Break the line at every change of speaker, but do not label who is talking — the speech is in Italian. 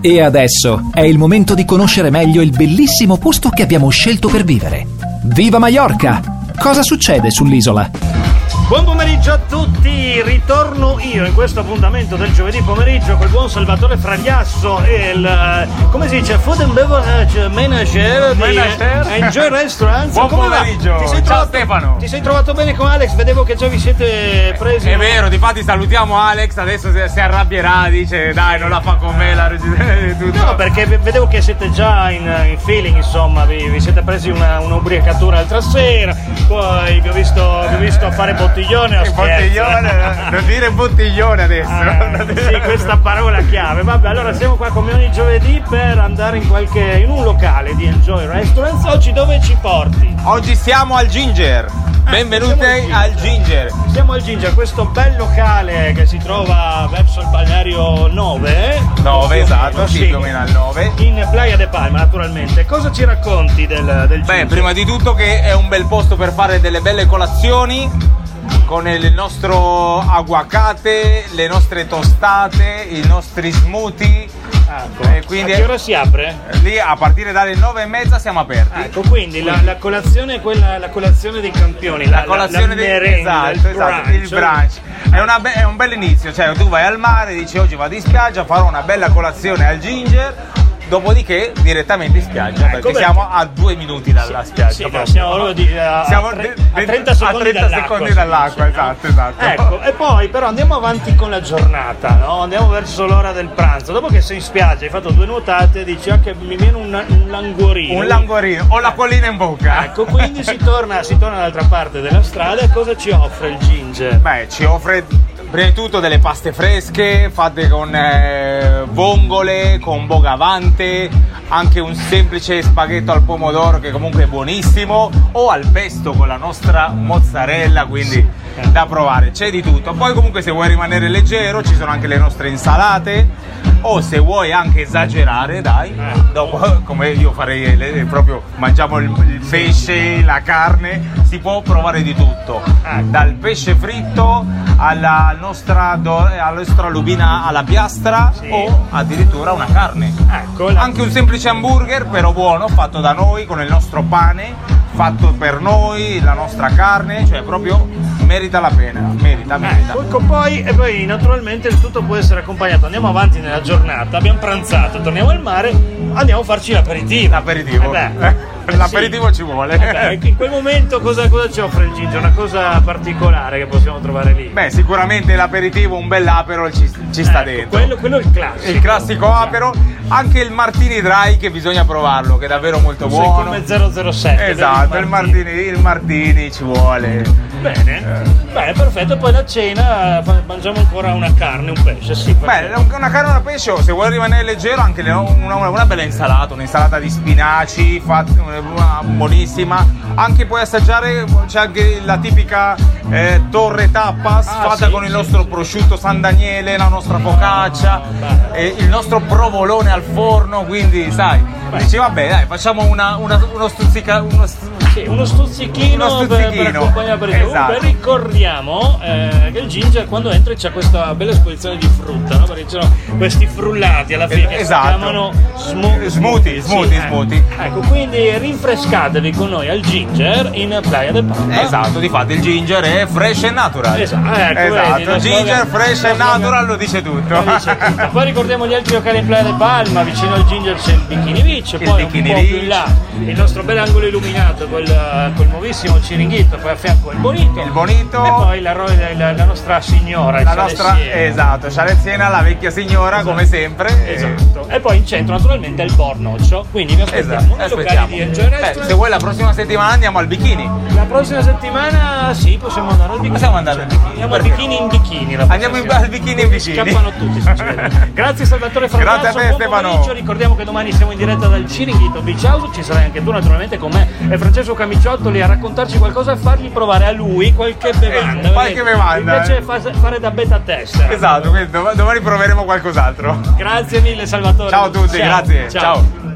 E adesso è il momento di conoscere meglio il bellissimo posto che abbiamo scelto per vivere. Viva Mallorca! Cosa succede sull'isola?
Buon pomeriggio a tutti, ritorno io in questo appuntamento del giovedì pomeriggio col buon Salvatore Fragliasso e il, eh, come si dice, Food and Beverage Manager di
Manager.
eh, Enjoy Restaurants.
Buon
Come va?
pomeriggio.
Ti sei
Ciao,
trovato-
Stefano.
Ti sei trovato bene con Alex, vedevo che già vi siete presi.
È vero, difatti salutiamo Alex, adesso si, si arrabbierà, dice dai non la fa con me la recensione di tutto.
No, perché ve- vedevo che siete già in, in feeling, insomma, vi, vi siete presi una, un'ubriacatura l'altra sera, poi vi ho visto, vi ho visto fare bottiglione. o
Che
scherzo.
bottiglione, eh. non dire bottiglione adesso.
certo. Ah,
Non dire-
sì, questa parola chiave. Vabbè, allora siamo qua come ogni giovedì per andare in, qualche, in un locale di Enjoy Restaurants. Oggi dove ci porti?
Oggi siamo al Ginger. Benvenuti
Eh, siamo al
al Ginger.
Siamo al Ginger, questo bel locale che si trova verso il balneario 9. eh?
9,
Più o
esatto,
meno,
sì, più o meno al 9.
In Playa de Palma, naturalmente. Cosa ci racconti del, del Ginger?
Beh, prima di tutto che è un bel posto per fare delle belle colazioni con il nostro aguacate, le nostre tostate, i nostri smoothie.
Ecco.
Eh, quindi-
A che ora si apre?
Lì a partire dalle 9 e mezza siamo aperti.
Ecco, quindi la, la colazione è quella, la colazione dei campioni, la,
la
la
colazione di
merenda,
esatto, esatto, il brunch è, una be- è un bel inizio cioè tu vai al mare dici oggi vado in spiaggia farò una bella colazione al ginger dopodiché direttamente in spiaggia perché
perché-
siamo a due minuti dalla spiaggia
Eh, Sì,
proprio.
siamo proprio di- a,
Siamo
a tre-
de-
a
de-
30 secondi,
a 30 secondi dall'acqua,
sì,
esatto, esatto.
Ecco, e poi però andiamo avanti con la giornata, no? Andiamo verso l'ora del pranzo. Dopo che sei in spiaggia, hai fatto due nuotate, dici anche mi viene un, un languorino.
un langorino ho l'acquolina in bocca
Ecco, quindi si torna, si torna dall'altra parte della strada e cosa ci offre il ginger?
Beh, ci offre prima di tutto delle paste fresche fatte con eh, vongole, con bogavante, anche un semplice spaghetto al pomodoro che comunque è buonissimo, o al pesto con la nostra mozzarella, quindi da provare, c'è di tutto. Poi comunque se vuoi rimanere leggero ci sono anche le nostre insalate, o se vuoi anche esagerare, dai,
Ecco.
dopo come io farei le- proprio mangiamo il, il pesce, la carne, si può provare di tutto.
Ecco.
Eh, Dal pesce fritto alla nostra, do- eh, alla nostra lubina alla piastra
Sì.
o addirittura una carne.
Ecco, la-
Anche un semplice hamburger però buono, fatto da noi con il nostro pane, fatto per noi, la nostra carne, cioè proprio merita la pena, merita, merita.
Ecco, poi, e poi naturalmente il tutto può essere accompagnato. Andiamo avanti nella giornata, abbiamo pranzato, torniamo al mare, andiamo a farci l'aperitivo.
L'aperitivo.
Eh beh, eh
L'aperitivo
sì.
ci vuole.
Eh beh, in quel momento cosa, cosa ci offre il Ginger? Una cosa particolare che possiamo trovare lì.
Beh, sicuramente l'aperitivo, un bel apero ci, ci sta
Ecco,
dentro.
Quello, quello è il classico.
Il classico apero, anche il martini dry che bisogna provarlo, che è davvero molto
Sei
buono.
come 007.
Esatto,
del
il martini, il martini ci vuole.
Bene,
Eh.
beh, perfetto. Poi la cena fa- mangiamo ancora una carne, un pesce, sì.
Beh,
perfetto.
una carne alla pesce, o se vuole rimanere leggero, anche le- una, una bella insalata, un'insalata di spinaci, fatta- una- buonissima. Anche puoi assaggiare, c'è anche la tipica eh, torre tappas,
Ah,
fatta
sì,
con il
sì,
nostro prosciutto San Daniele, la nostra focaccia,
beh.
eh, il nostro provolone al forno, quindi sai,
Beh.
dici vabbè dai, facciamo una- una- uno stuzzica... Uno stu-
Sì, uno stuzzichino,
Uno
per, per
stuzzichino,
accompagnare l'aperitivo.
esatto.
Comunque ricordiamo eh, che il ginger quando entri c'è questa bella esposizione di frutta, no? Perché ci sono questi frullati alla fine che
Esatto.
si chiamano smo-
Eh, smoothie, smoothie,
eh.
smoothie.
Ecco, quindi rinfrescatevi con noi al ginger in Playa del Palma.
Esatto, di fatto il ginger è fresh and natural.
Esatto, ecco, vedi,
Esatto,
lo
ginger
slogan-
fresh
lo
and
slogan-
natural lo dice tutto.
Lo dice tutto. Poi ricordiamo gli altri locali in Playa del Palma, vicino al Ginger c'è il Bikini Beach,
Il
poi un po'
Bikini
più
Beach.
in là il nostro bel angolo illuminato col, eh, col nuovissimo Ciringhito, poi a fianco il Bonito.
Il Bonito.
E poi la, ro- la- la nostra signora, il
La nostra,
Salesiano.
esatto, Sciareziena, la vecchia signora come sempre.
Esatto. E poi in centro naturalmente è il Bornoccio, quindi vi
Eh,
aspettiamo
Esatto,
nei locali
aspettiamo.
di Enjoy
Beh,
Restaurant.
se vuoi la prossima settimana andiamo al bikini.
La prossima settimana sì, possiamo andare al bikini.
Possiamo andare al bikini,
Andiamo al
perché-
bikini in bikini. la
Andiamo in-
prossima
al bikini in
Si
bikini.
Scappano tutti, succede. Grazie Salvatore Fragasso,
Grazie a te,
buon
Stefano.
pomeriggio. Ricordiamo che domani siamo in diretta dal Ciringhito Beach House, ci sarai anche tu naturalmente con me e Francesco Camicciotoli a raccontarci qualcosa e fargli provare a lui qualche bevanda.
Eh, qualche
perché
bevanda,
Invece
eh.
fa- fare da beta tester.
Esatto, quindi dom- domani proveremo qualcos'altro.
Grazie mille Salvatore.
Ciao a tutti, grazie. Ciao.